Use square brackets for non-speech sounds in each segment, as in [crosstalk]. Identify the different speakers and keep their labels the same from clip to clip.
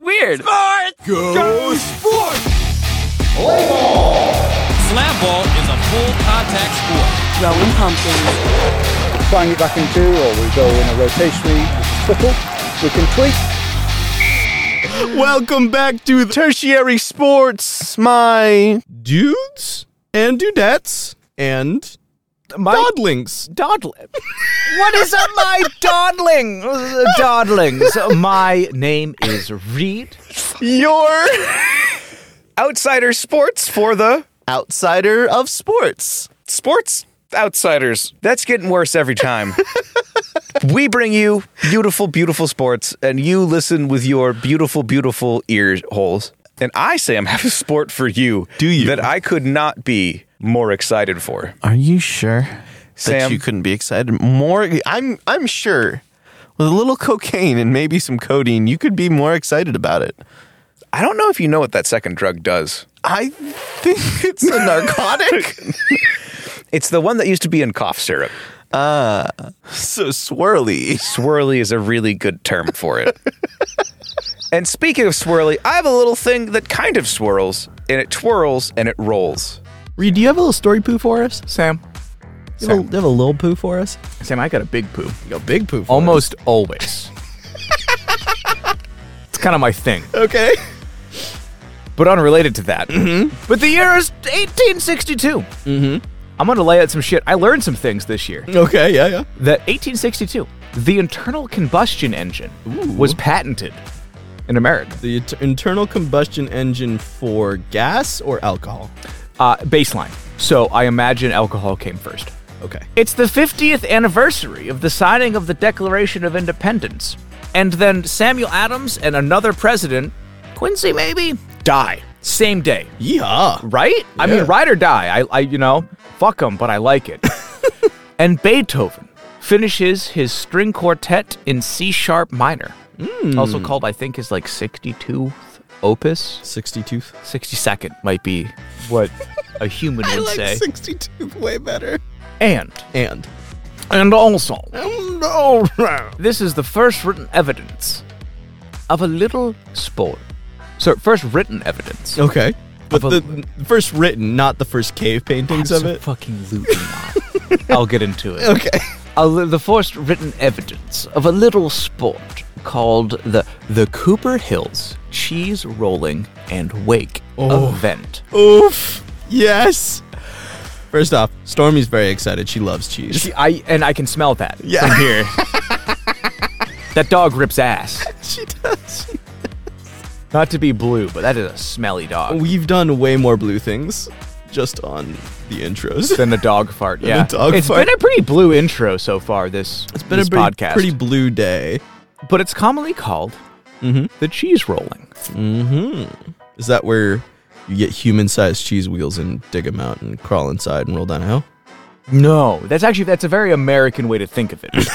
Speaker 1: weird.
Speaker 2: Sports!
Speaker 3: Go sports!
Speaker 2: Slab ball is a full contact sport.
Speaker 4: Rolling pumpkins.
Speaker 5: bang it back in two, or we go in a rotationary triple. We can tweak.
Speaker 3: Welcome back to Tertiary Sports, my dudes and dudettes and
Speaker 1: My
Speaker 3: dodlings.
Speaker 1: dawdling. What is up, my dawdling? Dawdlings. My name is Reed.
Speaker 3: Your
Speaker 6: Outsider sports for the
Speaker 3: outsider of sports.
Speaker 6: sports outsiders. That's getting worse
Speaker 3: [laughs]
Speaker 6: every time. we bring you beautiful, beautiful sports, and you listen with your beautiful, beautiful ear holes. And I, Sam, have a sport for you.
Speaker 3: Do you?
Speaker 6: That I could not be more excited for.
Speaker 3: Are you sure that
Speaker 6: Sam?
Speaker 3: you couldn't be excited more? I'm I'm sure. With a little cocaine and maybe some codeine, you could be more excited about it.
Speaker 6: I don't know if you know what that second drug does.
Speaker 3: I think [laughs] it's a narcotic.
Speaker 6: [laughs] It's the one that used to be in cough syrup.
Speaker 3: Ah, so swirly.
Speaker 6: Swirly is a really good term for it. and speaking of swirly, I have a little thing that kind of swirls, and it twirls and it rolls.
Speaker 7: Reed, do you have a little story poo for us?
Speaker 1: Sam.
Speaker 7: Do you have, a, do you have a little poo for us?
Speaker 1: Sam, I got a big poo.
Speaker 3: Yo, big poo.
Speaker 1: Almost always. [laughs] it's kind of my thing.
Speaker 3: Okay. [laughs]
Speaker 1: But unrelated to that. Mm-hmm. But the year is 1862. Mm-hmm. I'm going to lay out some shit. I learned some things this year.
Speaker 3: Okay. Yeah. Yeah.
Speaker 1: That 1862, the internal combustion engine was patented in America.
Speaker 3: The et- internal combustion engine for gas or alcohol.
Speaker 1: Uh, baseline. So I imagine alcohol came first.
Speaker 3: Okay.
Speaker 1: It's the 50th anniversary of the signing of the Declaration of Independence. And then Samuel Adams and another president, Quincy maybe, die. Same day,
Speaker 3: Yeehaw.
Speaker 1: right? I
Speaker 3: Yeah.
Speaker 1: mean, ride or die. I, I you know, fuck them, but I like it. and Beethoven finishes his string quartet in C sharp minor, also called, I think, his like 62th opus.
Speaker 3: Sixty tooth.
Speaker 1: 62nd might be what a human would say.
Speaker 3: sixty tooth way better.
Speaker 1: and,
Speaker 3: And
Speaker 1: and also,
Speaker 3: no.
Speaker 1: This is the first written evidence of a little sport. So, first written evidence.
Speaker 3: Okay. But
Speaker 1: Of a-
Speaker 3: the first written, not the first cave paintings of it.
Speaker 1: Fucking looting.
Speaker 3: [laughs]
Speaker 1: I'll get into it.
Speaker 3: Okay. [laughs]
Speaker 1: A li- the first written evidence of a little sport called the the Cooper Hills Cheese Rolling and Wake
Speaker 3: Oh.
Speaker 1: event.
Speaker 3: Oof. Yes. First off, Stormy's very excited. She loves cheese. [laughs]
Speaker 1: See, I and I can smell that
Speaker 3: Yeah.
Speaker 1: from here. that dog rips ass.
Speaker 3: [laughs] she does.
Speaker 1: Not to be blue, but that is a smelly dog.
Speaker 3: We've done way more blue things just on the intros.
Speaker 1: than a dog fart.
Speaker 3: Oh. a
Speaker 1: Yeah,
Speaker 3: dog
Speaker 1: It's
Speaker 3: fart.
Speaker 1: been a pretty blue intro so far. This
Speaker 3: It's been
Speaker 1: this
Speaker 3: a pretty,
Speaker 1: podcast,
Speaker 3: pretty blue day.
Speaker 1: but it's commonly called the cheese rolling.
Speaker 3: Is that where you get human-sized cheese wheels and dig them out and crawl inside and roll down a hill?
Speaker 1: No, that's actually that's a very American way to think of it,
Speaker 3: [laughs]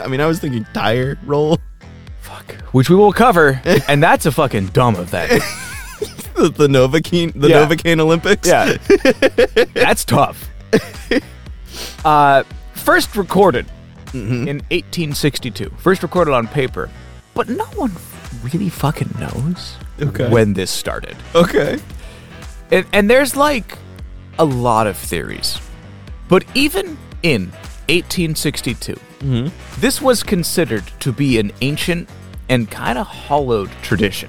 Speaker 3: I mean, I was thinking tire roll. [laughs]
Speaker 1: which we will cover, and that's a fucking dumb event.
Speaker 3: the, the Novocaine, the
Speaker 1: Yeah.
Speaker 3: Novocaine Olympics.
Speaker 1: Yeah, that's tough. Uh, first recorded in 1862. First recorded on paper, but no one really fucking knows
Speaker 3: Okay.
Speaker 1: when this started.
Speaker 3: [laughs] Okay.
Speaker 1: And, and there's like a lot of theories. But even in 1862, this was considered to be an ancient and kind of hollowed tradition.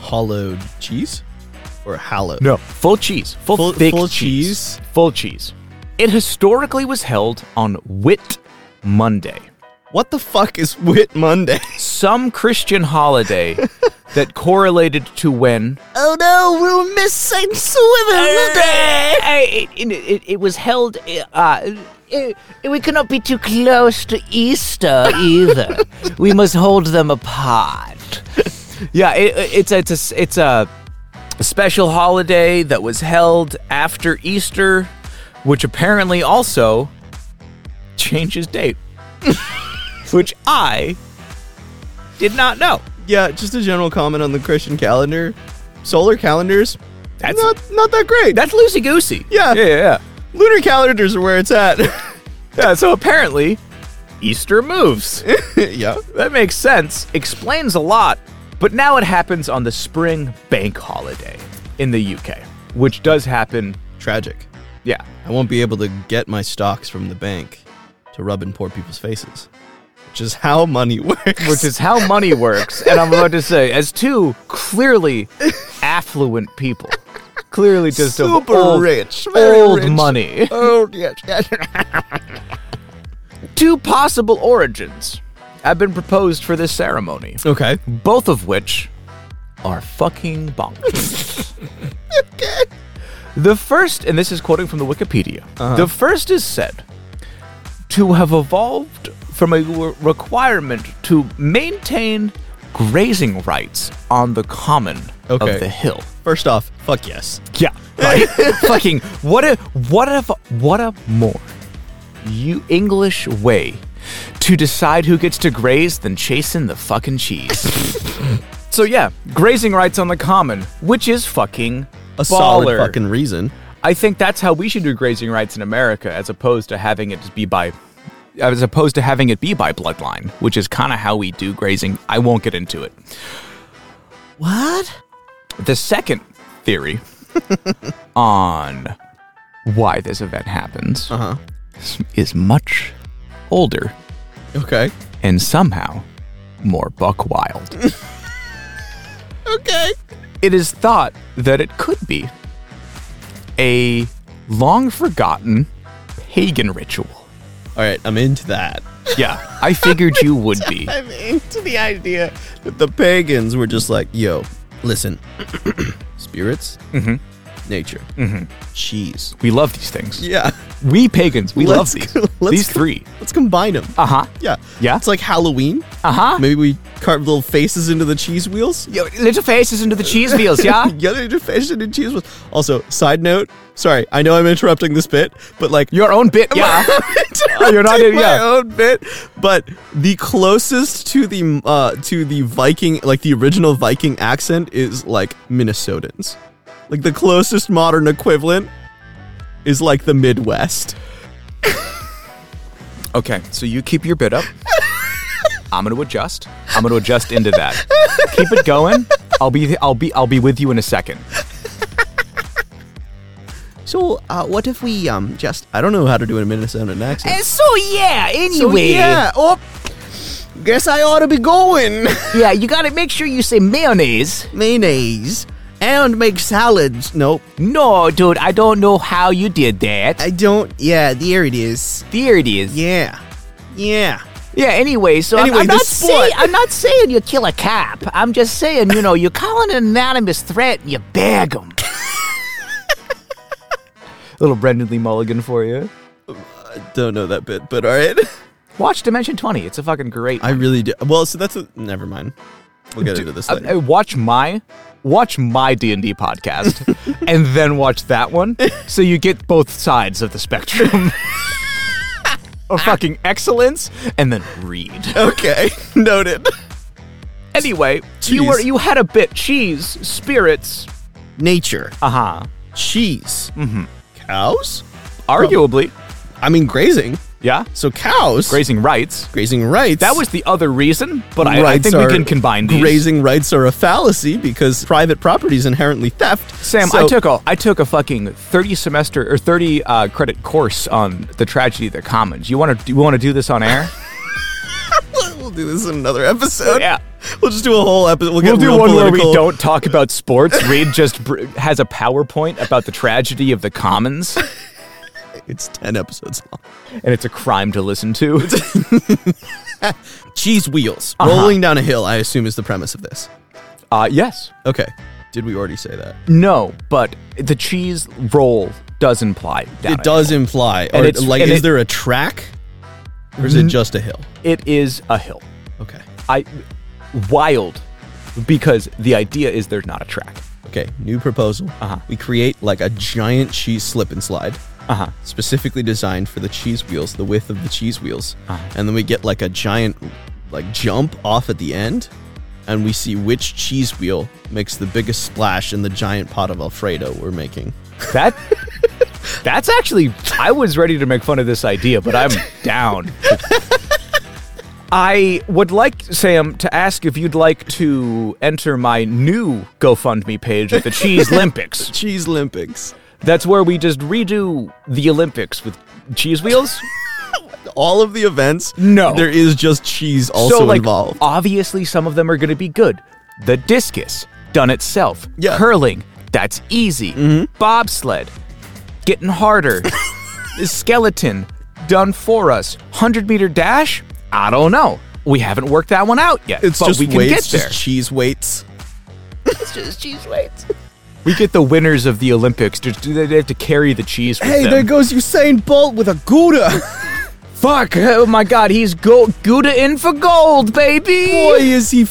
Speaker 3: Hollowed cheese or hallowed?
Speaker 1: No, full cheese, full,
Speaker 3: Full-
Speaker 1: thick
Speaker 3: full
Speaker 1: cheese,
Speaker 3: cheese?
Speaker 1: full cheese. It historically was held on Whit Monday,
Speaker 3: What the fuck is Whit Monday? [laughs]
Speaker 1: some Christian holiday that correlated to when
Speaker 3: Oh no, we'll miss Saint Swimmer
Speaker 1: I- uh, it, it- it was held. Uh, uh, we cannot be too close to Easter either.
Speaker 3: [laughs]
Speaker 1: we must hold them apart. Yeah, it, uh, it's a, it's a, it's a special holiday that was held after Easter, which apparently also changes date, which I did not know.
Speaker 3: Yeah, just a general comment on the Christian calendar. Solar calendars, that's not not that great.
Speaker 1: That's loosey goosey.
Speaker 3: Yeah.
Speaker 1: yeah, yeah.
Speaker 3: Lunar calendars are where it's at. [laughs]
Speaker 1: Yeah, so apparently, Easter moves.
Speaker 3: yeah.
Speaker 1: That makes sense. Explains a lot But now it happens on the spring bank holiday in the UK, which does happen.
Speaker 3: Tragic.
Speaker 1: Yeah.
Speaker 3: I won't be able to get my stocks from the bank to rub in poor people's faces, which is how money [laughs] works.
Speaker 1: Which is how
Speaker 3: [laughs]
Speaker 1: money works. And I'm about to say, as two clearly affluent people, clearly just of
Speaker 3: super
Speaker 1: old,
Speaker 3: rich, very
Speaker 1: old
Speaker 3: rich.
Speaker 1: money,
Speaker 3: Oh yes, yes.
Speaker 1: two possible origins have been proposed for this ceremony.
Speaker 3: Okay.
Speaker 1: both of which are fucking bonkers. The first, and this is quoting from the Wikipedia, the first is said to have evolved from a re- requirement to maintain grazing rights on the common
Speaker 3: Okay.
Speaker 1: of the hill.
Speaker 3: First off, fuck yes.
Speaker 1: Yeah.
Speaker 3: [laughs]
Speaker 1: Right? Fucking what a what a what a more you English way to decide who gets to graze than chasing the fucking
Speaker 3: [laughs]
Speaker 1: cheese. so yeah, grazing rights on the common, which is fucking
Speaker 3: A
Speaker 1: baller.
Speaker 3: solid fucking reason.
Speaker 1: I think that's how we should do grazing rights in America, as opposed to having it just be by as opposed to having it be by bloodline, which is kind of how we do grazing. I won't get into it.
Speaker 3: What?
Speaker 1: The second
Speaker 3: [laughs]
Speaker 1: theory on why this event happens
Speaker 3: Uh-huh.
Speaker 1: is- is much older
Speaker 3: Okay.
Speaker 1: and somehow more buck wild. [laughs]
Speaker 3: Okay.
Speaker 1: it is thought that it could be a long forgotten pagan ritual.
Speaker 3: All right, I'm into that.
Speaker 1: Yeah, I figured [laughs] you would be.
Speaker 3: I'm into the idea that the pagans were just like, yo, listen, [clears throat] spirits, nature, cheese.
Speaker 1: We love these things.
Speaker 3: Yeah.
Speaker 1: We pagans, [laughs] we love
Speaker 3: Let's
Speaker 1: these.
Speaker 3: go- [laughs] let's
Speaker 1: these
Speaker 3: go-
Speaker 1: three.
Speaker 3: Let's combine them.
Speaker 1: Uh huh.
Speaker 3: yeah.
Speaker 1: yeah.
Speaker 3: It's like Halloween.
Speaker 1: Uh huh.
Speaker 3: Maybe we carve little faces into the cheese wheels. [laughs]
Speaker 1: Little faces into the cheese wheels, yeah?
Speaker 3: Yeah, they do faces into cheese wheels. Also, side note, sorry, I know I'm interrupting this bit, but
Speaker 1: [laughs]
Speaker 3: like
Speaker 1: Your own bit, yeah. [laughs]
Speaker 3: oh,
Speaker 1: you're
Speaker 3: [laughs]
Speaker 1: not in-
Speaker 3: my
Speaker 1: yeah.
Speaker 3: own bit, but the closest to the uh, to the Viking, like the original Viking accent, is like Minnesotans. Like the closest modern equivalent is like the Midwest.
Speaker 1: Okay, so you keep
Speaker 8: [laughs]
Speaker 1: your bid up. I'm gonna adjust. I'm gonna adjust into that. keep it going. I'll be I'll be I'll be with you in a second.
Speaker 3: So, uh, what if we um just I don't know how to do a Minnesotan accent.
Speaker 8: So yeah, anyway.
Speaker 3: yeah, oh, guess I ought to be going. [laughs]
Speaker 8: Yeah, you gotta make sure you say mayonnaise.
Speaker 3: Mayonnaise and make salads. Nope,
Speaker 8: No, dude, I don't know how you did
Speaker 1: Uh,
Speaker 8: that.
Speaker 3: I don't. Yeah, there it is.
Speaker 8: There it is.
Speaker 3: Yeah, yeah.
Speaker 8: Yeah, anyway, so I'm-
Speaker 3: Anyway,
Speaker 8: I'm, not
Speaker 3: this sport-
Speaker 8: saying I'm not saying you kill a cop. I'm just saying, you know, you call an anonymous threat and you bag them.
Speaker 1: Little Brendan Lee Mulligan for you.
Speaker 3: Don't know that bit, but all right. [laughs]
Speaker 1: Watch Dimension 20. It's a fucking great.
Speaker 3: I really do. Well, so that's a, never mind. We'll get into this
Speaker 1: Uh,
Speaker 3: later.
Speaker 1: uh, watch my watch my D&D
Speaker 3: [laughs]
Speaker 1: podcast and then watch that one so you get both sides of the
Speaker 3: [laughs]
Speaker 1: spectrum. of fucking excellence and then read.
Speaker 3: okay, [laughs] noted.
Speaker 1: Anyway, you
Speaker 3: Cheese.
Speaker 1: were you had a bit cheese, spirits,
Speaker 3: Nature,
Speaker 1: uh-huh.
Speaker 3: cheese,
Speaker 1: Mm-hmm.
Speaker 3: cows.
Speaker 1: Arguably,
Speaker 3: I mean grazing.
Speaker 1: yeah.
Speaker 3: So cows,
Speaker 1: Grazing rights.
Speaker 3: grazing rights.
Speaker 1: That was the other reason, but I, I
Speaker 3: Rights
Speaker 1: think we
Speaker 3: are-
Speaker 1: can combine these.
Speaker 3: Grazing rights are a fallacy because private property is inherently theft.
Speaker 1: Sam,
Speaker 3: So-
Speaker 1: I took a I took a fucking thirty semester or thirty uh, credit course on the tragedy of the commons. You want to you want to do this on air?
Speaker 3: [laughs] We'll do this in another episode.
Speaker 1: Yeah.
Speaker 3: We'll just do a whole episode. We'll, get
Speaker 1: We'll do
Speaker 3: real
Speaker 1: one where
Speaker 3: political.
Speaker 1: we don't talk about sports. Reed just br- has a PowerPoint about the tragedy of the commons,
Speaker 3: It's ten episodes long.
Speaker 1: and it's a crime to listen to.
Speaker 3: [laughs] Cheese wheels
Speaker 1: Uh-huh.
Speaker 3: rolling down a hill. I assume is the premise of this.
Speaker 1: Uh, yes,
Speaker 3: Okay. Did we already say that?
Speaker 1: no, but the cheese roll does imply that
Speaker 3: it does imply.
Speaker 1: And
Speaker 3: Or
Speaker 1: it's-
Speaker 3: like,
Speaker 1: and
Speaker 3: is
Speaker 1: it- Mm-hmm.
Speaker 3: there a track, or is it just a hill?
Speaker 1: It is a hill.
Speaker 3: Okay.
Speaker 1: I wild because the idea is there's not a track.
Speaker 3: Okay. New proposal.
Speaker 1: Uh-huh.
Speaker 3: We create like a giant cheese slip and slide,
Speaker 1: Uh huh.
Speaker 3: specifically designed for the cheese wheels, the width of the cheese wheels,
Speaker 1: Uh-huh.
Speaker 3: and then we get like a giant like jump off at the end, and we see which cheese wheel makes the biggest splash in the giant pot of Alfredo we're making.
Speaker 1: That [laughs] that's actually I was ready to make fun of this idea, but I'm down. I would like, Sam, to ask if you'd like to enter my new GoFundMe page at the Cheese Olympics.
Speaker 3: Cheese Olympics.
Speaker 1: That's where we just redo the Olympics with cheese wheels.
Speaker 3: All of the events.
Speaker 1: No.
Speaker 3: There is just cheese also
Speaker 1: so, like, uh,
Speaker 3: involved.
Speaker 1: Obviously, some of them are going to be good. The discus, done itself.
Speaker 3: Yeah. Mm-hmm.
Speaker 1: Curling, that's easy. Bobsled, getting
Speaker 3: [laughs]
Speaker 1: harder. Skeleton, done for us. 100 meter dash, I don't know. We haven't worked that one out yet.
Speaker 3: It's
Speaker 1: but
Speaker 3: just
Speaker 1: we can
Speaker 3: weights,
Speaker 1: get there.
Speaker 3: just cheese weights.
Speaker 1: we get the winners of the Olympics. Just- They they have to carry the cheese with them.
Speaker 3: goes Usain Bolt with a
Speaker 1: [laughs]
Speaker 3: Gouda.
Speaker 1: Fuck! Oh my god, he's go- Gouda in for gold, baby!
Speaker 3: is he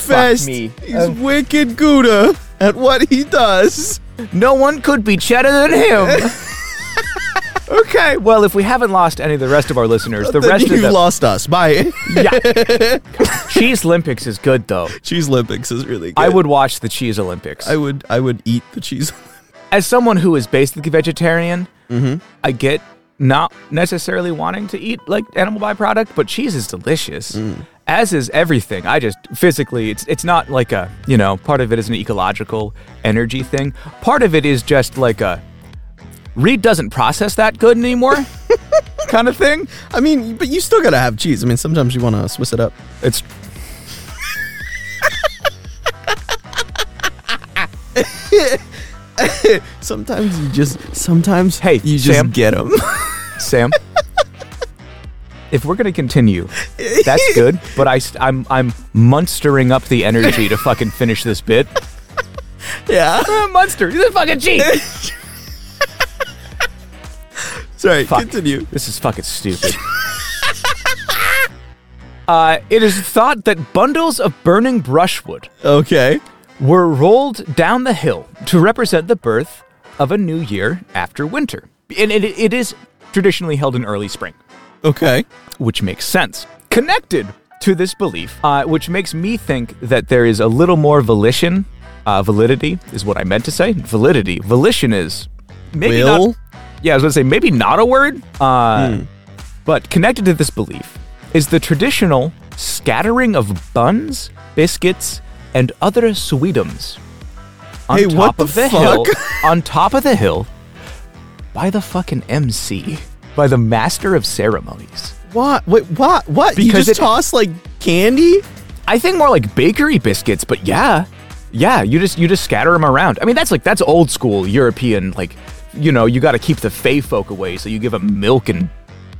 Speaker 1: me. Um,
Speaker 3: He's wicked Gouda at what he does.
Speaker 1: No one could be cheddar than
Speaker 3: [laughs]
Speaker 1: him. okay, well, if we haven't lost any of the rest of our listeners, the
Speaker 3: Then
Speaker 1: rest of
Speaker 3: you've
Speaker 1: them.
Speaker 3: lost us. Bye. [laughs]
Speaker 1: yeah. Cheese Olympics is good, though.
Speaker 3: cheese Olympics is really good.
Speaker 1: I would watch the Cheese Olympics.
Speaker 3: I would I would eat the cheese.
Speaker 1: As someone who is basically vegetarian, I get not necessarily wanting to eat like animal byproduct, but cheese is delicious. As is everything. I just physically, it's it's not like a you know part of it is an ecological energy thing. Part of it is just like a Reed doesn't process that good anymore, kind of thing.
Speaker 3: I mean, but you still gotta have cheese. I mean, sometimes you wanna Swiss it up.
Speaker 1: It's
Speaker 3: Sometimes you just sometimes
Speaker 1: Hey,
Speaker 3: you just
Speaker 1: Sam.
Speaker 3: get them.
Speaker 1: Sam. If we're gonna continue, that's good. But I, st- I'm, I'm monstering up the energy to fucking finish this bit.
Speaker 3: [laughs] yeah.
Speaker 1: [laughs] Monster, this is fucking cheese.
Speaker 3: Sorry.
Speaker 1: Fuck.
Speaker 3: Continue.
Speaker 1: This is fucking stupid. [laughs] uh, it is thought that bundles of burning brushwood
Speaker 3: Okay.
Speaker 1: were rolled down the hill to represent the birth of a new year after winter, and it, it is traditionally held in early spring.
Speaker 3: Okay.
Speaker 1: which makes sense. Connected to this belief, uh, which makes me think that there is a little more volition. Uh, validity is what I meant to say. Validity. Volition is maybe
Speaker 3: Will? Hmm.
Speaker 1: not. Yeah, I was going to say maybe not a word. Uh, But connected to this belief is the traditional scattering of buns, biscuits, and other sweetums on
Speaker 3: Hey,
Speaker 1: top
Speaker 3: what
Speaker 1: of
Speaker 3: the
Speaker 1: the
Speaker 3: fuck? [laughs]
Speaker 1: hill. on top of the hill by the fucking MC, by the master of ceremonies.
Speaker 3: What? Wait. What? What? you
Speaker 1: Because
Speaker 3: just
Speaker 1: it-
Speaker 3: toss like candy?
Speaker 1: I think more like bakery biscuits, but yeah, yeah. You just you just scatter them around. I mean, that's like that's old school European. Like, you know, you got to keep the fey folk away, so you give them milk and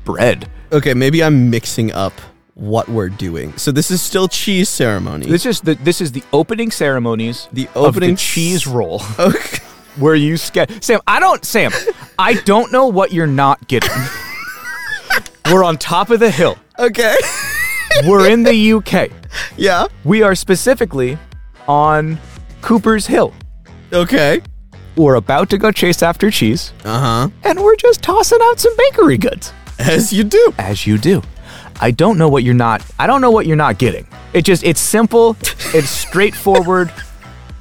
Speaker 1: bread.
Speaker 3: Okay. Maybe I'm mixing up what we're doing. So this is still cheese ceremony. [laughs]
Speaker 1: This is the this is the opening ceremonies.
Speaker 3: The
Speaker 1: of
Speaker 3: opening
Speaker 1: the cheese roll [laughs]
Speaker 3: okay.
Speaker 1: where you scatter. Sam, I don't. Sam, I don't know what you're not getting. [laughs] We're on top of the hill.
Speaker 3: Okay. [laughs]
Speaker 1: We're in the UK.
Speaker 3: yeah.
Speaker 1: We are specifically on Cooper's Hill.
Speaker 3: Okay.
Speaker 1: We're about to go chase after cheese.
Speaker 3: Uh huh.
Speaker 1: and we're just tossing out some bakery goods
Speaker 3: As you do.
Speaker 1: as you do i don't know what you're not i don't know what you're not getting it just it's simple [laughs] it's straightforward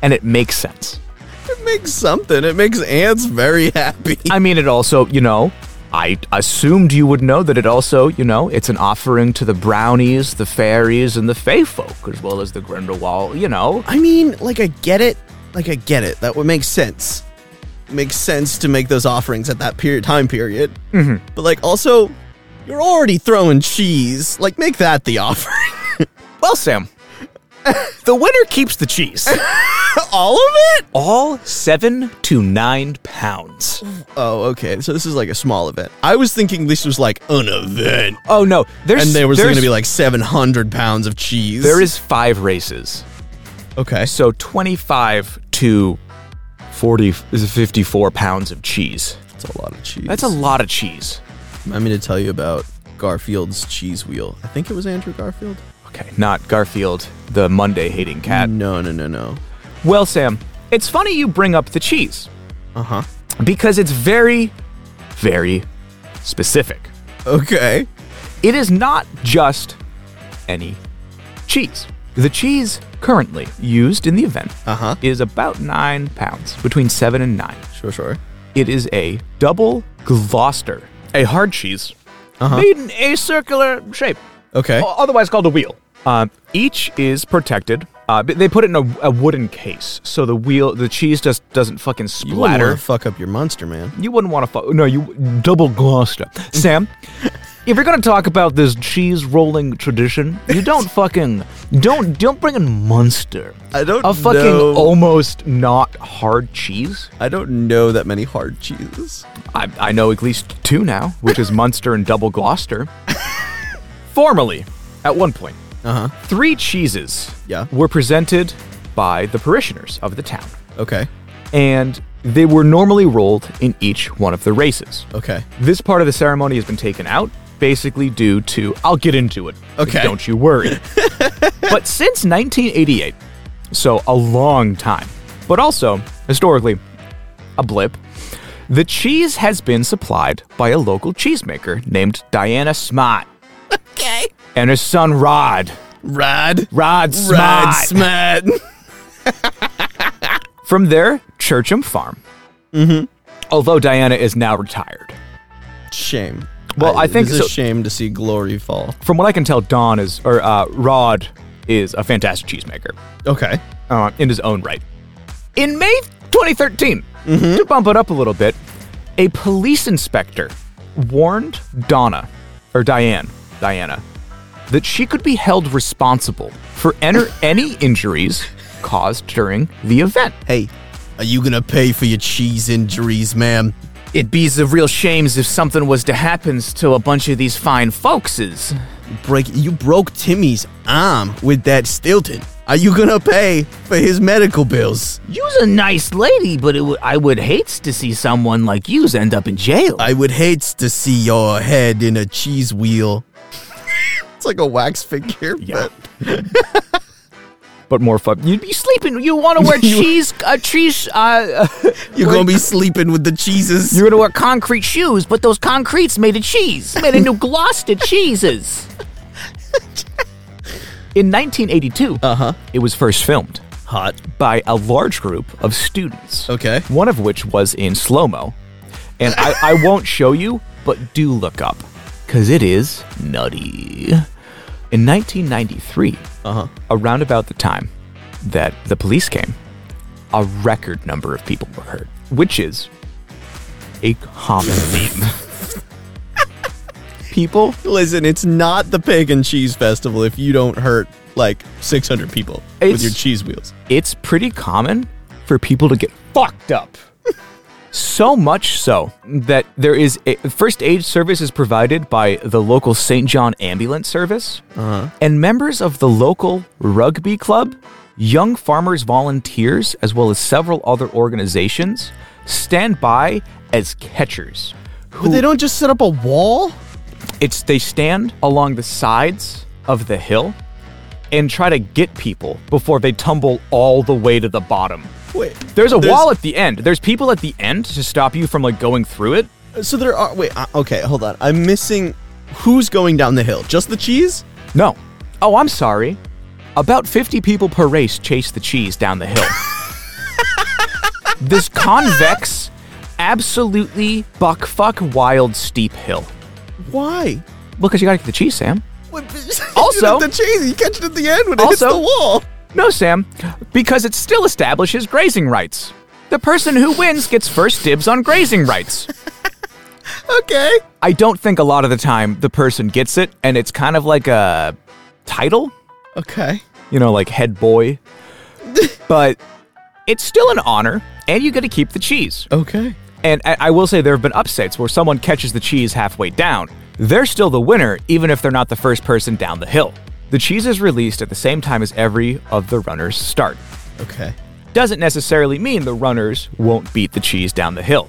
Speaker 1: and it makes sense
Speaker 3: It makes something. It makes ants very happy.
Speaker 1: i mean it also you know i assumed you would know that it also you know it's an offering to the brownies the fairies and the fey folk as well as the grindelwald you know
Speaker 3: I mean, like I get it. Like I get it. That would make sense. It makes sense to make those offerings at that period time period. Mm-hmm. But like also, you're already throwing cheese. Like make that the [laughs] offering.
Speaker 1: well sam [laughs] the winner keeps the [laughs] cheese
Speaker 3: All of it?
Speaker 1: all seven to nine pounds
Speaker 3: Oh, okay. So this is like a small event. I was thinking this was like an event,
Speaker 1: oh no there's
Speaker 3: and there was
Speaker 1: there's-
Speaker 3: going to be like 700 pounds of cheese.
Speaker 1: there is five races
Speaker 3: okay.
Speaker 1: So 25 to 40 is 54 pounds of cheese.
Speaker 3: That's a lot of cheese.
Speaker 1: That's a lot of cheese.
Speaker 3: I'm going to tell you about Garfield's cheese wheel. I think it was Andrew Garfield.
Speaker 1: Okay, not Garfield, the Monday hating cat.
Speaker 3: No, no, no, no.
Speaker 1: Well, Sam, it's funny you bring up the cheese
Speaker 3: Uh huh.
Speaker 1: because it's very, very specific.
Speaker 3: Okay.
Speaker 1: It is not just any cheese. The cheese currently used in the event
Speaker 3: Uh-huh.
Speaker 1: is about nine pounds, between seven and nine.
Speaker 3: Sure, sure.
Speaker 1: It is a double Gloucester, Uh-huh. a hard cheese made in a circular shape,
Speaker 3: Okay.
Speaker 1: Oh, o- otherwise called a wheel. Um, each is protected. Uh, but they put it in a, a wooden case, so the wheel, the cheese just doesn't fucking
Speaker 3: You wouldn't
Speaker 1: splatter.
Speaker 3: want to fuck up your monster, man.
Speaker 1: You wouldn't want to fuck. No, you double glossed up. [laughs] Sam, if you're gonna talk about this cheese rolling tradition, [laughs] you don't fucking don't don't bring in Munster.
Speaker 3: I don't
Speaker 1: a fucking
Speaker 3: know.
Speaker 1: almost not hard cheese.
Speaker 3: I don't know that many hard cheeses.
Speaker 1: I, I know at least two now, which is Munster and Double Gloucester. Formerly, at one point,
Speaker 3: Uh huh.
Speaker 1: three cheeses
Speaker 3: Yeah.
Speaker 1: were presented by the parishioners of the town,
Speaker 3: Okay.
Speaker 1: and they were normally rolled in each one of the races.
Speaker 3: Okay.
Speaker 1: This part of the ceremony has been taken out, basically due to I'll get into it.
Speaker 3: Okay.
Speaker 1: Don't you [laughs] worry. but since 1988, so a long time, but also historically a blip, the cheese has been supplied by a local cheesemaker named Diana Smart. Okay. And her son Rod.
Speaker 3: Rad.
Speaker 1: Rod Smart.
Speaker 3: Rad smat.
Speaker 1: From their Churcham farm. Mm-hmm. Although Diana is now retired.
Speaker 3: [laughs] Shame.
Speaker 1: Well, I think
Speaker 3: it's
Speaker 1: so-
Speaker 3: a shame to see glory fall.
Speaker 1: From what I can tell, Don is, or uh, Rod is a fantastic cheesemaker.
Speaker 3: Okay.
Speaker 1: uh, in his own right. In May 2013, to bump it up a little bit, a police inspector warned Donna, or Diane, Diana, that she could be held responsible for [laughs] enter- any injuries caused during the event.
Speaker 3: Hey, are you gonna pay for your cheese injuries, ma'am?
Speaker 1: It bees of real shames if something was to happen to a bunch of these fine folkses.
Speaker 3: Break. You broke Timmy's arm with that Stilton. Are you gonna pay for his medical bills?
Speaker 8: You's a nice lady, but it w- I would hate to see someone like yous end up in jail.
Speaker 3: I would hate to see your head in a cheese wheel. [laughs] it's like a wax figure. Yeah.
Speaker 1: But more fun.
Speaker 8: You'd be sleeping. You want to wear
Speaker 3: [laughs] You-
Speaker 8: cheese, uh, cheese. Uh,
Speaker 3: You're gonna be sleeping with the cheeses.
Speaker 8: you're gonna wear concrete shoes, but those concretes made of cheese, made into Gloucester
Speaker 3: [laughs]
Speaker 8: cheeses.
Speaker 1: In 1982,
Speaker 3: Uh-huh.
Speaker 1: it was first filmed.
Speaker 3: hot.
Speaker 1: by a large group of students.
Speaker 3: Okay.
Speaker 1: One of which was in slow mo. And I, I won't show you, but do look up because it is nutty. In 1993,
Speaker 3: Uh huh.
Speaker 1: around about the time that the police came, a record number of people were hurt, which is a common theme. people
Speaker 3: Listen, it's not the Pagan Cheese Festival if you don't hurt like 600 people with
Speaker 1: It's-
Speaker 3: your cheese wheels.
Speaker 1: it's pretty common for people to get fucked up. so much so that there is a first aid service is provided by the local St. John Ambulance Service, and members of the local rugby club, young farmers volunteers, as well as several other organizations stand by as catchers.
Speaker 3: But they don't just set up a wall?
Speaker 1: It's they stand along the sides of the hill and try to get people before they tumble all the way to the bottom.
Speaker 3: Wait.
Speaker 1: There's a wall at the end. There's people at the end to stop you from like going through it.
Speaker 3: So there are. Wait, uh, okay, hold on. I'm missing. Who's going down the hill? Just the cheese?
Speaker 1: No. Oh, I'm sorry. About 50 people per race chase the cheese down the hill. this convex, absolutely buckfuck wild steep hill.
Speaker 3: Why?
Speaker 1: Well, because you gotta get the cheese, Sam.
Speaker 3: What-
Speaker 1: Also-
Speaker 3: the cheese. You catch it at the end when it hits
Speaker 1: Also-
Speaker 3: the wall.
Speaker 1: No, Sam, because it still establishes grazing rights. The person who wins gets first dibs on grazing rights.
Speaker 3: Okay.
Speaker 1: I don't think a lot of the time the person gets it, and it's kind of like a title.
Speaker 3: Okay.
Speaker 1: you know, like head boy. but it's still an honor, and you get to keep the cheese.
Speaker 3: Okay.
Speaker 1: And I, I will say there have been upsets where someone catches the cheese halfway down. They're still the winner, even if they're not the first person down the hill. The cheese is released at the same time as every of the runners start.
Speaker 3: Okay.
Speaker 1: Doesn't necessarily mean the runners won't beat the cheese down the hill.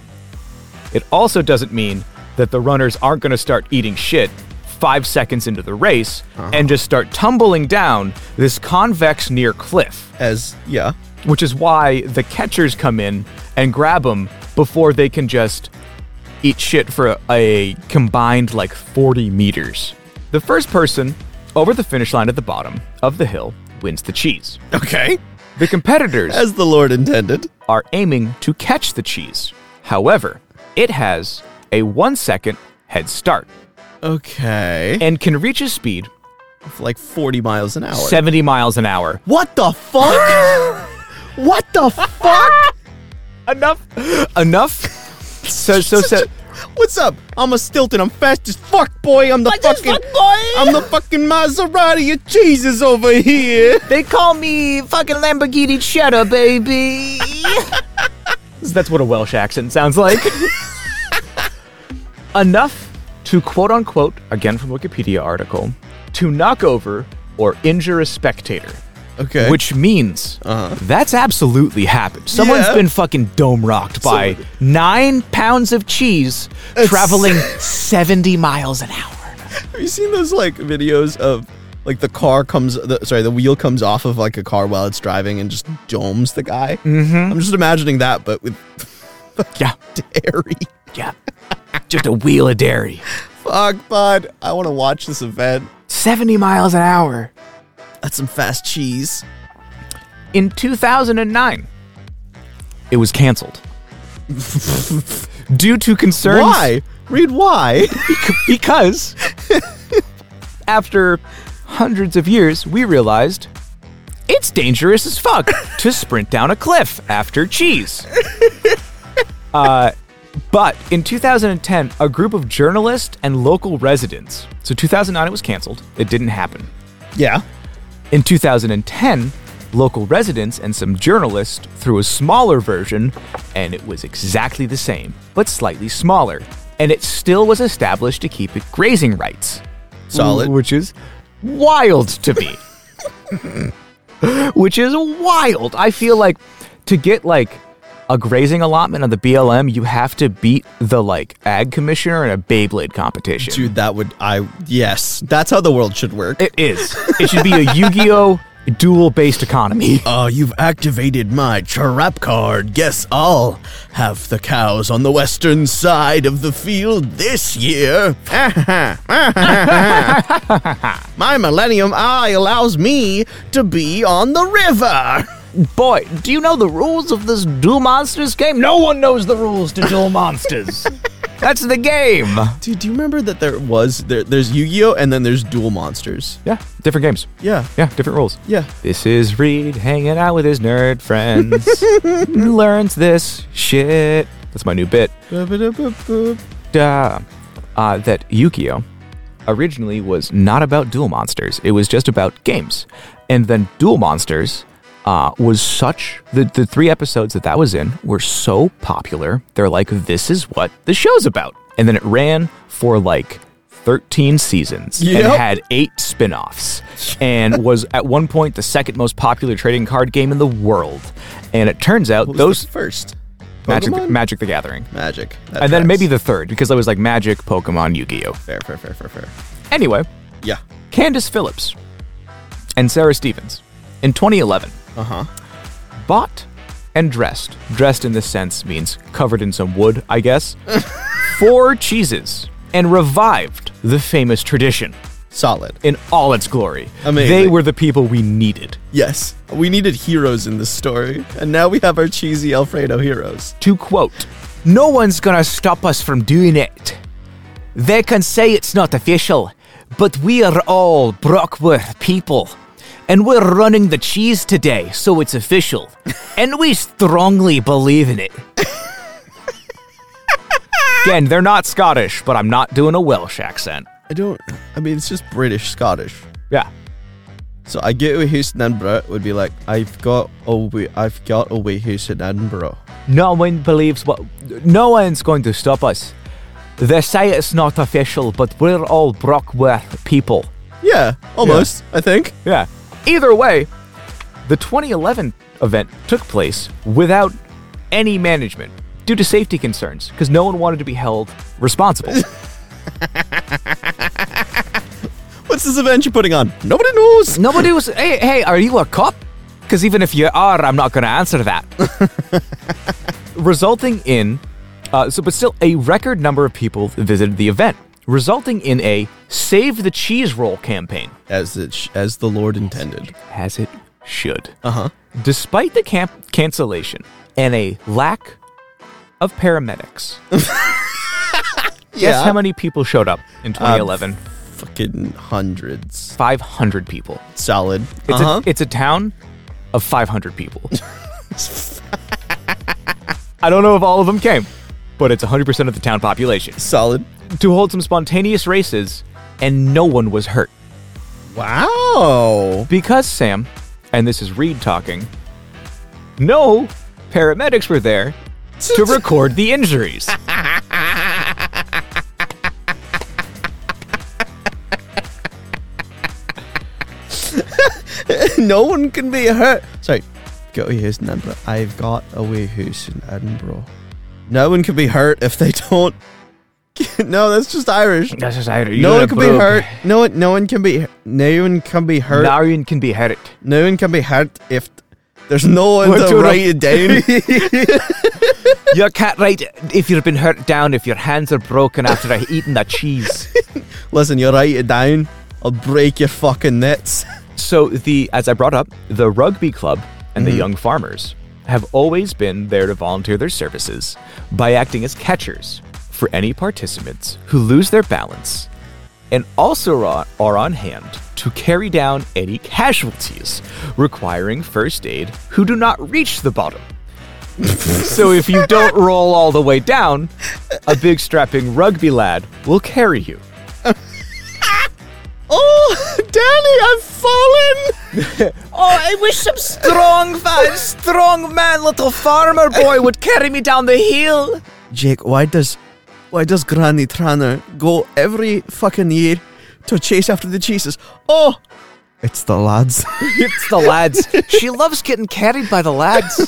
Speaker 1: It also doesn't mean that the runners aren't going to start eating shit five seconds into the race and just start tumbling down this convex near cliff,
Speaker 3: As, yeah.
Speaker 1: which is why the catchers come in and grab them before they can just eat shit for a, a combined like 40 meters. The first person over the finish line at the bottom of the hill wins the cheese.
Speaker 3: Okay.
Speaker 1: The competitors
Speaker 3: As the Lord intended.
Speaker 1: are aiming to catch the cheese. However, it has a one second head start
Speaker 3: Okay.
Speaker 1: and can reach a speed
Speaker 3: of like 40 miles an hour.
Speaker 1: 70 miles an hour.
Speaker 3: What the fuck? [laughs] what the fuck?
Speaker 1: Enough. Enough. So, so,
Speaker 3: [laughs]
Speaker 1: so.
Speaker 3: What's up? I'm a Stilton. I'm fast as fuck, boy. I'm the fucking. I'm the fucking Maserati of Jesus over here.
Speaker 8: They call me fucking Lamborghini Cheddar, baby.
Speaker 1: That's what a Welsh accent sounds like. Enough to quote unquote, again from Wikipedia article, to knock over or injure a spectator.
Speaker 3: Okay. Uh-huh.
Speaker 1: Which means that's absolutely happened. Someone's
Speaker 3: Yeah.
Speaker 1: been fucking dome rocked by nine pounds of cheese traveling
Speaker 3: [laughs]
Speaker 1: 70 miles an hour.
Speaker 3: have you seen those like videos of like the car comes? The, sorry, the wheel comes off of like a car while it's driving and just domes the guy. Mm-hmm. I'm just imagining that, but with [laughs]
Speaker 1: Yeah,
Speaker 3: dairy.
Speaker 1: yeah. [laughs] Just a wheel of dairy.
Speaker 3: Fuck, bud. I want to watch this event.
Speaker 1: 70 miles an hour.
Speaker 3: That's some fast cheese.
Speaker 1: in 2009. It was canceled. [laughs] Due to concerns.
Speaker 3: Why? Read why.
Speaker 1: [laughs] Because after hundreds of years, we realized it's dangerous as fuck to sprint down a cliff after cheese. Uh, but in 2010, a group of journalists and local residents. So 2009, it was canceled. It didn't happen.
Speaker 3: [laughs] yeah.
Speaker 1: In 2010, local residents and some journalists threw a smaller version, and it was exactly the same, but slightly smaller. And it still was established to keep it grazing rights.
Speaker 3: Solid.
Speaker 1: Which is wild to me. which is wild. I feel like to get like a grazing allotment on the BLM, you have to beat the like ag commissioner in a Beyblade competition.
Speaker 3: Dude, that would I yes. That's how the world should work.
Speaker 1: It is. It should be a Yu-Gi-Oh! dual based economy.
Speaker 3: Uh, you've activated my trap card. Guess I'll have the cows on the western side of the field this year. [laughs] my Millennium Eye allows me to be on the river.
Speaker 8: Boy, do you know the rules of this Duel Monsters game? No one knows the rules to Duel
Speaker 1: [laughs]
Speaker 8: Monsters.
Speaker 1: That's the game.
Speaker 3: Dude, do you remember that there was there, there's Yu-Gi-Oh and then there's Duel Monsters?
Speaker 1: Yeah, different games.
Speaker 3: Yeah.
Speaker 1: Yeah, different rules.
Speaker 3: Yeah.
Speaker 1: This is Reed hanging out with his nerd friends.
Speaker 8: [laughs]
Speaker 1: Learns this shit. That's my new bit. Duh. Uh, that Yu-Gi-Oh! originally was not about dual monsters. It was just about games. And then Dual Monsters uh, was such the, the three episodes that that was in were so popular. They're like, this is what the show's about. And then it ran for like 13 seasons and
Speaker 3: Yep.
Speaker 1: had eight spin offs and was at one point the second most popular trading card game in the world. And it turns out
Speaker 3: Those
Speaker 1: those
Speaker 3: first.
Speaker 1: Magic, the,
Speaker 3: Pokemon?
Speaker 1: Magic the Gathering.
Speaker 3: Magic. That
Speaker 1: And then
Speaker 3: tracks.
Speaker 1: maybe the third because I was like Magic, Pokemon, Yu Gi Oh!
Speaker 3: fair, fair, fair, fair, fair.
Speaker 1: Anyway,
Speaker 3: Yeah.
Speaker 1: Candace Phillips and Sarah Stevens in 2011
Speaker 3: Uh-huh.
Speaker 1: bought and dressed, dressed in this sense means covered in some wood, I guess,
Speaker 3: [laughs]
Speaker 1: four cheeses and revived the famous tradition
Speaker 3: Solid.
Speaker 1: in all its glory.
Speaker 3: Amazing.
Speaker 1: They were the people we needed.
Speaker 3: Yes, we needed heroes in this story, and now we have our cheesy Alfredo heroes.
Speaker 1: To quote,
Speaker 8: no one's gonna stop us from doing it. They can say it's not official, but we are all Brockworth people. And we're running the cheese today, so it's official. and we strongly believe in it.
Speaker 1: again, they're not Scottish, but I'm not doing a Welsh accent.
Speaker 3: I don't. I mean, it's just British Scottish.
Speaker 1: Yeah.
Speaker 3: So I get away house in Edinburgh would be like, I've got away, I've got away house in Edinburgh.
Speaker 1: No one believes what.
Speaker 8: No one's going to stop us. They say it's not official, but we're all Brockworth people.
Speaker 3: Yeah, almost. I think.
Speaker 1: Yeah. Either way, the 2011 event took place without any management due to safety concerns because no one wanted to be held responsible.
Speaker 3: What's this event you're putting on? Nobody knows.
Speaker 1: Nobody was, hey, hey, are you a cop? Because even if you are, I'm not going to answer that. resulting in, uh, so, but still, a record number of people visited the event, resulting in a Save the Cheese Roll campaign.
Speaker 3: As it, sh- as the Lord intended.
Speaker 1: as it should. Uh huh. Despite the camp cancellation and a lack of paramedics, guess how many people showed up in 2011?
Speaker 3: Fucking hundreds.
Speaker 1: 500 people.
Speaker 3: Solid.
Speaker 1: It's,
Speaker 3: uh-huh.
Speaker 1: a, it's a town of 500 people. I don't know if all of them came, but it's 100% of the town population.
Speaker 3: Solid.
Speaker 1: To hold some spontaneous races, and no one was hurt.
Speaker 3: Wow.
Speaker 1: Because, Sam, and this is Reed talking, no paramedics were there
Speaker 3: [laughs]
Speaker 1: to record the injuries.
Speaker 3: [laughs] no one can be hurt. Sorry. Got his number. I've got a warehouse in Edinburgh. No one can be hurt if they [laughs] don't. no, that's just Irish.
Speaker 1: That's just Irish.
Speaker 3: no one can be hurt. No one. No one can be. No one can be hurt.
Speaker 1: Narian can be
Speaker 3: [laughs]
Speaker 1: hurt.
Speaker 3: No one can be hurt if there's no one
Speaker 1: We're
Speaker 3: to
Speaker 1: doing a-
Speaker 3: write it down.
Speaker 1: [laughs] You can't write if you've been hurt down, if your hands are broken after I've eaten the cheese.
Speaker 3: Listen, you write it down. I'll break your fucking nets.
Speaker 1: So the as I brought up, the rugby club and the young farmers have always been there to volunteer their services by acting as catchers for any participants who lose their balance and also are- are on hand to carry down any casualties requiring first aid who do not reach the bottom. so if you don't roll all the way down, a big strapping rugby lad will carry you.
Speaker 3: Oh, Danny, I've fallen.
Speaker 8: Oh, I wish some strong, fa- strong man, little farmer boy, would carry me down the hill.
Speaker 3: Jake, why does why does Granny Tranner go every fucking year to chase after the cheeses? Oh, it's the lads.
Speaker 1: It's the lads. She loves getting carried by the lads.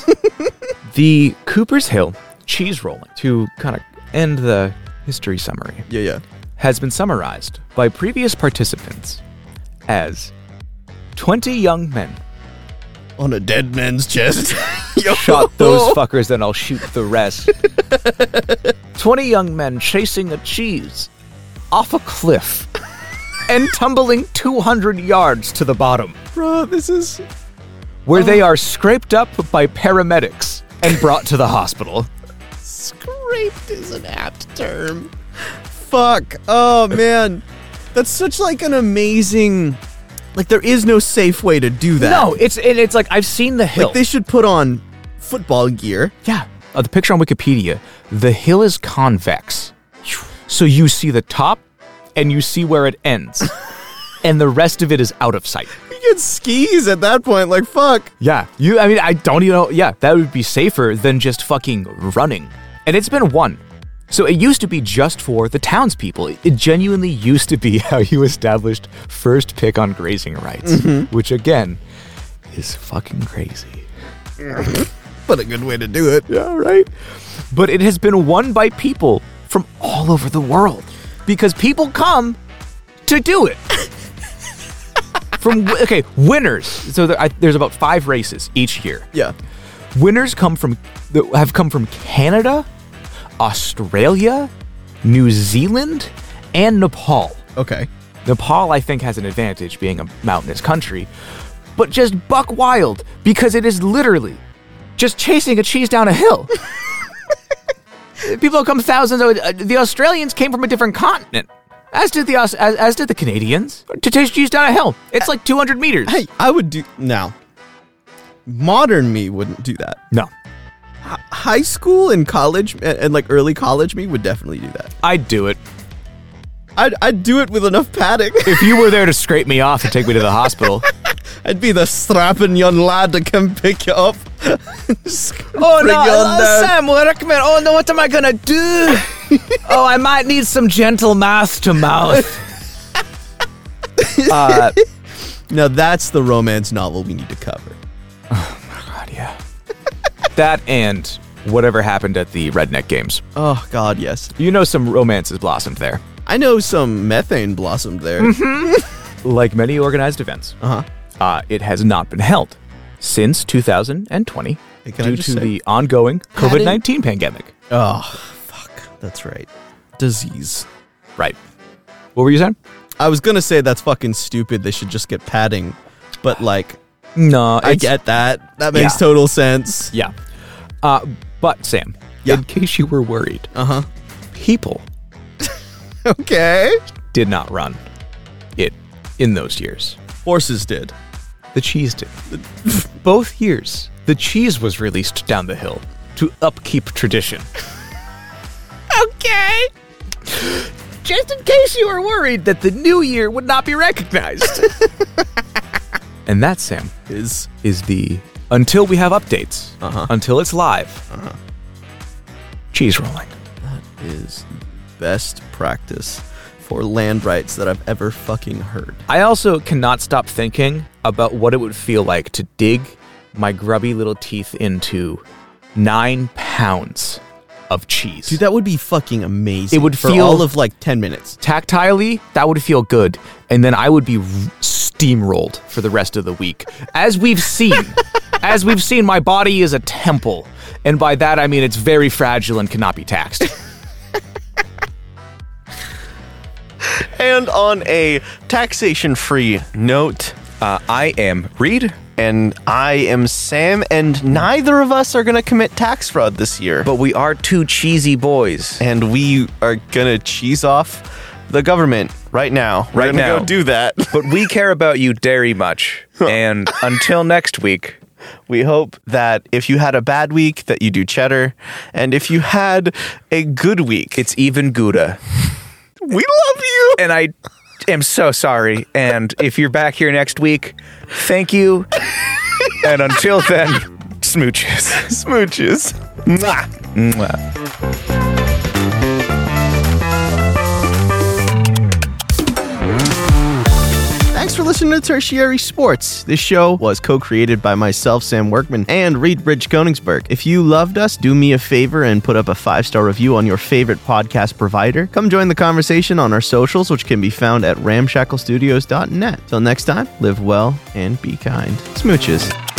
Speaker 1: the Cooper's Hill cheese rolling, to kind of end the history summary,
Speaker 3: [laughs] yeah, yeah.
Speaker 1: has been summarized by previous participants as 20 young men.
Speaker 3: On a dead man's [laughs] chest.
Speaker 1: [laughs]
Speaker 3: Yo.
Speaker 1: Shot those fuckers, then I'll shoot the rest. [laughs] 20 young men chasing a cheese off a cliff and tumbling 200 yards to the bottom.
Speaker 3: Bro, this is
Speaker 1: where they are scraped up by paramedics and brought to the hospital.
Speaker 3: scraped is an apt term. Fuck. Oh man, that's such like an amazing. Like there is no safe way to do that.
Speaker 1: [laughs] No, it's and it's like I've seen the hill.
Speaker 3: Like they should put on football gear.
Speaker 1: yeah, uh, the picture on Wikipedia, the hill is convex, so you see the top and you see where it [laughs] ends, and the rest of it is out of sight.
Speaker 3: You get skis at that point. Like fuck.
Speaker 1: Yeah, you. I mean, I don't even. know. Yeah, that would be safer than just fucking running. And it's been one. So it used to be just for the townspeople. It it genuinely used to be [laughs] how you established first pick on grazing rights,
Speaker 3: Mm-hmm.
Speaker 1: which again is fucking crazy.
Speaker 3: [laughs] But a good way to do it.
Speaker 1: Yeah, right. But it has been won by people from all over the world because people come to do it. from [laughs] okay, winners. So there, I, there's about five races each year.
Speaker 3: Yeah.
Speaker 1: Winners come from that have come from Canada, Australia, New Zealand, and Nepal.
Speaker 3: Okay.
Speaker 1: Nepal, I think, has an advantage being a mountainous country, but just buck wild because it is literally just chasing a cheese down a hill. People come thousands. Of, uh, the Australians came from a different continent, as did the Aus- as, as did the Canadians to chase cheese down a hill. It's like 200 meters.
Speaker 3: Hey, I would do now. Modern me wouldn't do that.
Speaker 1: No,
Speaker 3: High school and college and, and like early college me would definitely do that.
Speaker 1: I'd do it.
Speaker 3: I'd, I'd do it with enough padding. [laughs]
Speaker 1: If you were there to scrape me off and take me to the hospital.
Speaker 3: I'd be the strapping young lad to come pick you up. [laughs]
Speaker 8: Oh
Speaker 3: oh
Speaker 8: no, uh, Sam, recommend. Oh no, what am I gonna
Speaker 1: [laughs]
Speaker 8: do? oh, I might need some gentle mouth to mouth.
Speaker 1: Uh,
Speaker 3: Now that's the romance novel we need to cover.
Speaker 1: [laughs] God, yeah. that and whatever happened at the Redneck Games.
Speaker 3: Oh God, yes.
Speaker 1: You know, some romances blossomed there.
Speaker 3: I know some methane blossomed there.
Speaker 8: Mm-hmm.
Speaker 1: Like many organized events,
Speaker 3: Uh huh.
Speaker 1: uh, it has not been held since 2020
Speaker 3: Hey, can I
Speaker 1: due
Speaker 3: just
Speaker 1: to
Speaker 3: say-
Speaker 1: the ongoing COVID 19 pandemic.
Speaker 3: Oh fuck, that's right. Disease.
Speaker 1: Right. What were you saying?
Speaker 3: I was gonna say that's fucking stupid. They should just get padding, but like
Speaker 1: No,
Speaker 3: I get that. That makes
Speaker 1: Yeah.
Speaker 3: total sense.
Speaker 1: Yeah. Uh, but, Sam,
Speaker 3: Yeah. Uh-huh.
Speaker 1: in case you were worried,
Speaker 3: Uh huh.
Speaker 1: people
Speaker 3: [laughs] Okay.
Speaker 1: did not run. in those years.
Speaker 9: Horses did.
Speaker 1: The cheese did. [laughs] Both years, the cheese was released down the hill to upkeep tradition. [laughs] okay. Just in case you were worried that the new year would not be recognized. [laughs] and that, Sam,
Speaker 9: Is
Speaker 1: is the until we have updates,
Speaker 9: Uh-huh.
Speaker 1: until it's live, cheese rolling.
Speaker 9: is best practice for land rights that I've ever fucking heard.
Speaker 1: I also cannot stop thinking about what it would feel like to dig my grubby little teeth into nine pounds of cheese.
Speaker 9: Dude, that would be fucking amazing.
Speaker 1: It would
Speaker 9: for
Speaker 1: feel-
Speaker 9: all of like ten minutes.
Speaker 1: Tactilely, that would feel good. And then I would be r- steamrolled for the rest of the week. As we've seen, as we've seen, my body is a temple. And by that, I mean it's very fragile and cannot be taxed.
Speaker 3: And on a taxation free note,
Speaker 6: Uh, I am Reed,
Speaker 3: and I am Sam, and neither of us are going to commit tax fraud this year.
Speaker 6: but we are two cheesy boys.
Speaker 3: and we are going to cheese off the government right now. We're
Speaker 6: Right
Speaker 3: gonna
Speaker 6: now.
Speaker 3: Go do that. [laughs]
Speaker 6: But we care about you very much. And until next week,
Speaker 3: we hope that if you had a bad week, that you do cheddar, and if you had a good week,
Speaker 6: it's even Gouda.
Speaker 3: we love you.
Speaker 6: And I am so sorry. And if you're back here next week, thank you. And until
Speaker 3: [laughs]
Speaker 6: then, smooches.
Speaker 3: Smooches. Mwah.
Speaker 6: Mwah.
Speaker 3: Thanks for listening to Tertiary Sports. This show was co created by myself, Sam Workman, and Reed Bridge Koningsberg. If you loved us, do me a favor and put up a five star review on your favorite podcast provider. Come join the conversation on our socials, which can be found at ramshacklestudios.net. Till next time, live well and be kind. Smooches.